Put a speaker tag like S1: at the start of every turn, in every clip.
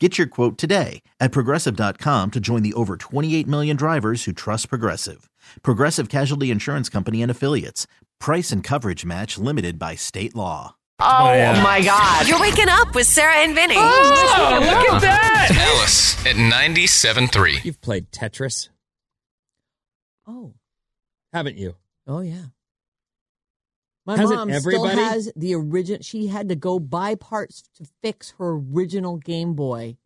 S1: Get your quote today at progressive.com to join the over 28 million drivers who trust Progressive. Progressive Casualty Insurance Company and Affiliates. Price and coverage match limited by state law.
S2: Oh, my God.
S3: You're waking up with Sarah and Vinny.
S2: Oh, look at that.
S4: Alice at 97.3.
S5: You've played Tetris.
S6: Oh,
S5: Haven't you?
S6: oh yeah. My
S5: Hasn't
S6: mom
S5: everybody?
S6: still has the original. She had to go buy parts to fix her original Game Boy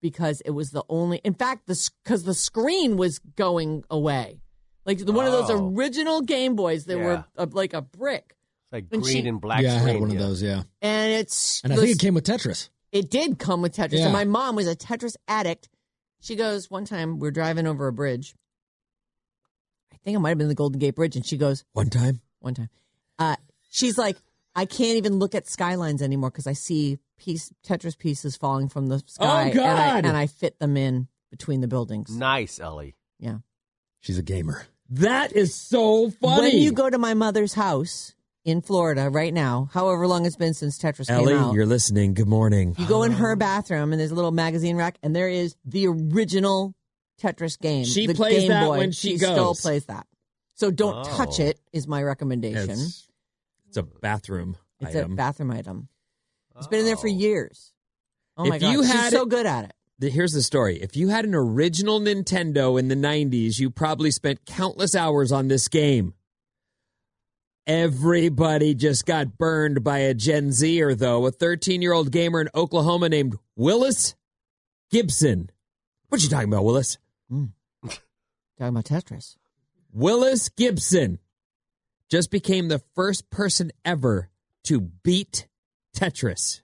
S6: because it was the only. In fact, the because the screen was going away, like the, one of those
S7: Oh.
S6: original Game Boys that were
S7: Yeah.
S6: uh, like a brick,
S7: Like
S6: And
S7: green
S6: she-
S7: and black.
S5: yeah, I had
S7: screen,
S5: one of
S7: yeah.
S5: those, yeah.
S6: and it's
S5: And I
S6: the
S5: think it came with Tetris.
S6: it did come with Tetris.
S5: Yeah.
S6: And my mom was a Tetris addict. She goes, one time we're driving over a bridge. I think it might have been the Golden Gate Bridge. And she goes,
S5: One time.
S6: one time, uh, she's like, I can't even look at skylines anymore because I see piece Tetris pieces falling from the sky. And, I,
S5: Oh, God.
S6: and I fit them in between the buildings.
S7: Nice, Ellie.
S6: Yeah.
S5: She's a gamer. That is so funny.
S6: When you go to my mother's house in Florida right now, however long it's been since Tetris
S5: Ellie,
S6: came out.
S5: you're listening. Good morning.
S6: You go in her bathroom and there's a little magazine rack, and there is the original Tetris game.
S5: She
S6: the
S5: plays
S6: Game
S5: that
S6: Boy.
S5: when she
S6: still
S5: goes.
S6: plays that. So don't
S7: Oh.
S6: touch it. Is my recommendation. It's,
S5: It's, it's a bathroom
S6: a
S5: item.
S6: bathroom item. It's been in there for years. Oh my
S5: If
S6: god,
S5: you
S6: she's
S5: had
S6: so
S5: it-
S6: good at it.
S5: The- Here's the story. If you had an original Nintendo in the 90s, you probably spent countless hours on this game. Everybody just got burned by a Gen Zer, though. A 13 year old gamer in Oklahoma named Willis Gibson. What you talking about, Willis?
S6: Talking about Tetris.
S5: Willis Gibson just became the first person ever to beat Tetris.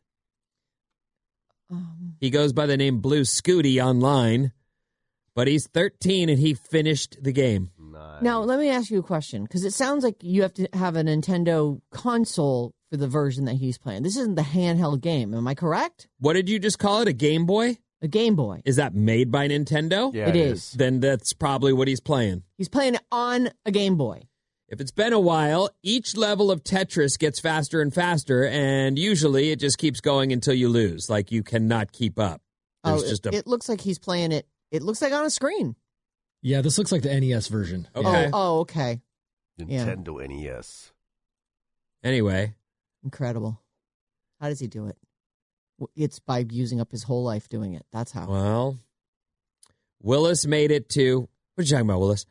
S6: Um,
S5: He goes by the name Blue Scooty online, but he's 13 and he finished the game.
S7: Nice.
S6: now let me ask you a question because it sounds like you have to have a Nintendo console for the version that he's playing. This isn't the handheld game. Am I correct?
S5: What did you just call it? A Game Boy?
S6: A Game Boy.
S5: Is that made by Nintendo?
S7: yeah,
S6: it
S7: it
S6: is.
S7: is.
S5: Then that's probably what he's playing.
S6: He's playing it on a Game Boy.
S5: If it's been a while, each level of Tetris gets faster and faster, and usually it just keeps going until you lose. Like you cannot keep up. There's
S6: oh,
S5: just
S6: it,
S5: a
S6: it looks like he's playing it. It looks like on a screen.
S8: Yeah, this looks like the NES version.
S5: okay.
S6: Oh, oh, okay. Yeah.
S7: Nintendo E NES.
S5: Anyway,
S6: Incredible. How does he do it? W- It's by using up his whole life doing it. That's how.
S5: Well, Willis made it to. What you talking about, Willis?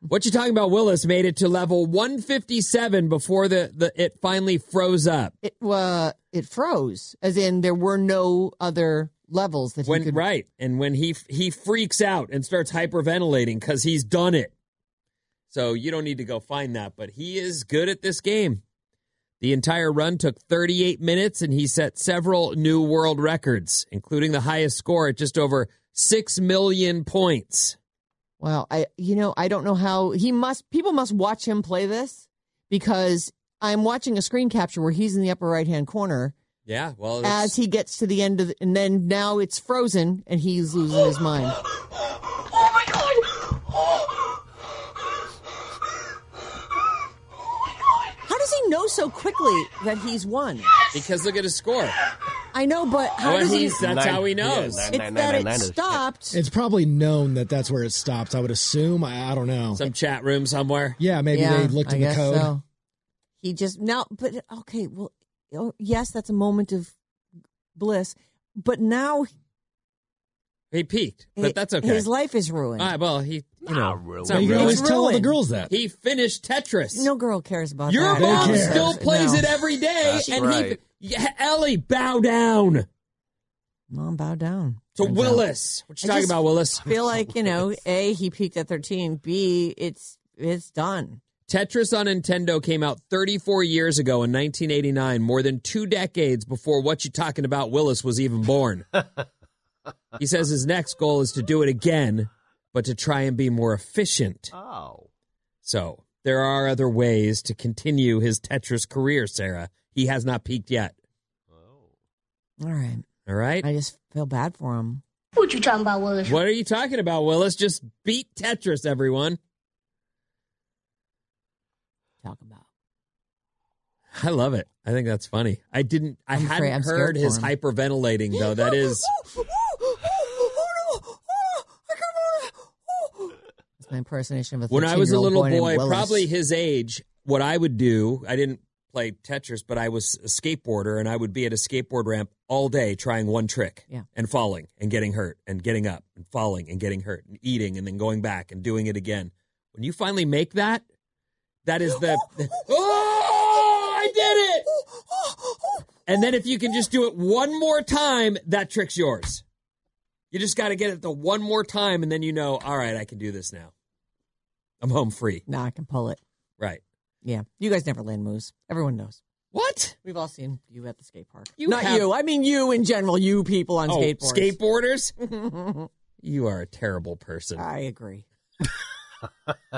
S5: what you talking about, Willis? Made it to level 157 before the, the it finally froze up.
S6: It uh, it froze, as in there were no other levels that
S5: When
S6: he could.
S5: right, and when he he freaks out and starts hyperventilating because he's done it. So you don't need to go find that, but he is good at this game. The entire run took 38 minutes, and he set several new world records, including the highest score at just over six million points.
S6: Wow, I you know I don't know how he must. People must watch him play this because I'm watching a screen capture where he's in the upper right hand corner
S5: Yeah, well, that's-
S6: as he gets to the end of, the, and then now it's frozen and he's losing his mind. How does he know so quickly that he's won?
S5: Because look at his score.
S6: I know, but how
S5: Well,
S6: does he?
S5: he's- That's how he knows.
S7: Yeah, nine,
S6: It's
S7: nine,
S6: that
S7: nine,
S6: it
S7: nine, nine.
S6: stopped.
S8: It's probably known that that's where it stops. I would assume. I, I don't know.
S5: Some chat room somewhere.
S8: yeah, maybe they looked
S6: I
S8: in the
S6: guess
S8: code.
S6: so. He just now, but okay, well, oh, yes, that's a moment of bliss, but now
S5: He peaked, but that's okay.
S6: His life is ruined.
S5: All right, well, he, you know, it's not
S8: you can
S5: ruined.
S8: always tell all the
S6: ruined.
S8: girls that.
S5: he finished Tetris.
S6: no girl cares about
S5: Your
S6: that.
S5: mom
S8: cares?
S5: still plays
S6: No.
S5: it every day,
S7: That's
S5: and
S7: right.
S5: he, yeah, Ellie, bow down
S6: Mom, bow down.
S5: to
S6: Turns out.
S5: Willis. What you
S6: I
S5: talking
S6: just
S5: about, Willis?
S6: feel like you know a he peaked at 13 b it's it's done
S5: Tetris on Nintendo came out 34 years ago in 1989, more than two decades before What You Talking About Willis was even born. he says his next goal is to do it again, but to try and be more efficient.
S7: Oh.
S5: So there are other ways to continue his Tetris career, Sarah. He has not peaked yet.
S6: all right
S5: All right.
S6: i just feel bad for him
S9: What you talking about, Willis?
S5: What are you talking about, Willis? Just beat Tetris, everyone.
S6: talk about
S5: I love it. I think that's funny. I didn't. I
S6: I'm afraid-
S5: hadn't
S6: I'm
S5: heard
S6: scared
S5: his
S6: for him.
S5: hyperventilating though. That is.
S6: that's my impersonation of a
S5: when I was a
S6: 13-year-old
S5: little
S6: named
S5: boy,
S6: Willis.
S5: probably his age, what I would do, I didn't play Tetris, but I was a skateboarder and I would be at a skateboard ramp all day trying one trick
S6: Yeah.
S5: and falling and getting hurt and getting up and falling and getting hurt and eating and then going back and doing it again. When you finally make that, that is the. oh, I did it! And then if you can just do it one more time, that trick's yours. You just got to get it the one more time, and then you know, all right, I can do this now. I'm home free.
S6: no i can pull it
S5: Right.
S6: yeah you guys never land moves everyone knows
S5: What?
S6: we've all seen you at the skate park
S5: You
S6: not
S5: have-
S6: you i mean you in general you people on
S5: Oh,
S6: skateboards
S5: skateboarders? you are a terrible person.
S6: i agree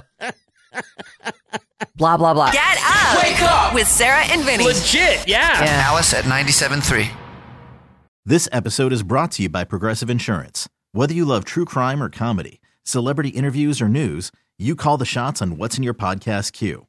S3: Blah, blah, blah. Get up.
S2: Wake up.
S3: With Sarah and Vinny.
S2: Legit, yeah.
S7: Alice at 97.3.
S1: This episode is brought to you by Progressive Insurance. Whether you love true crime or comedy, celebrity interviews or news, you call the shots on what's in your podcast queue.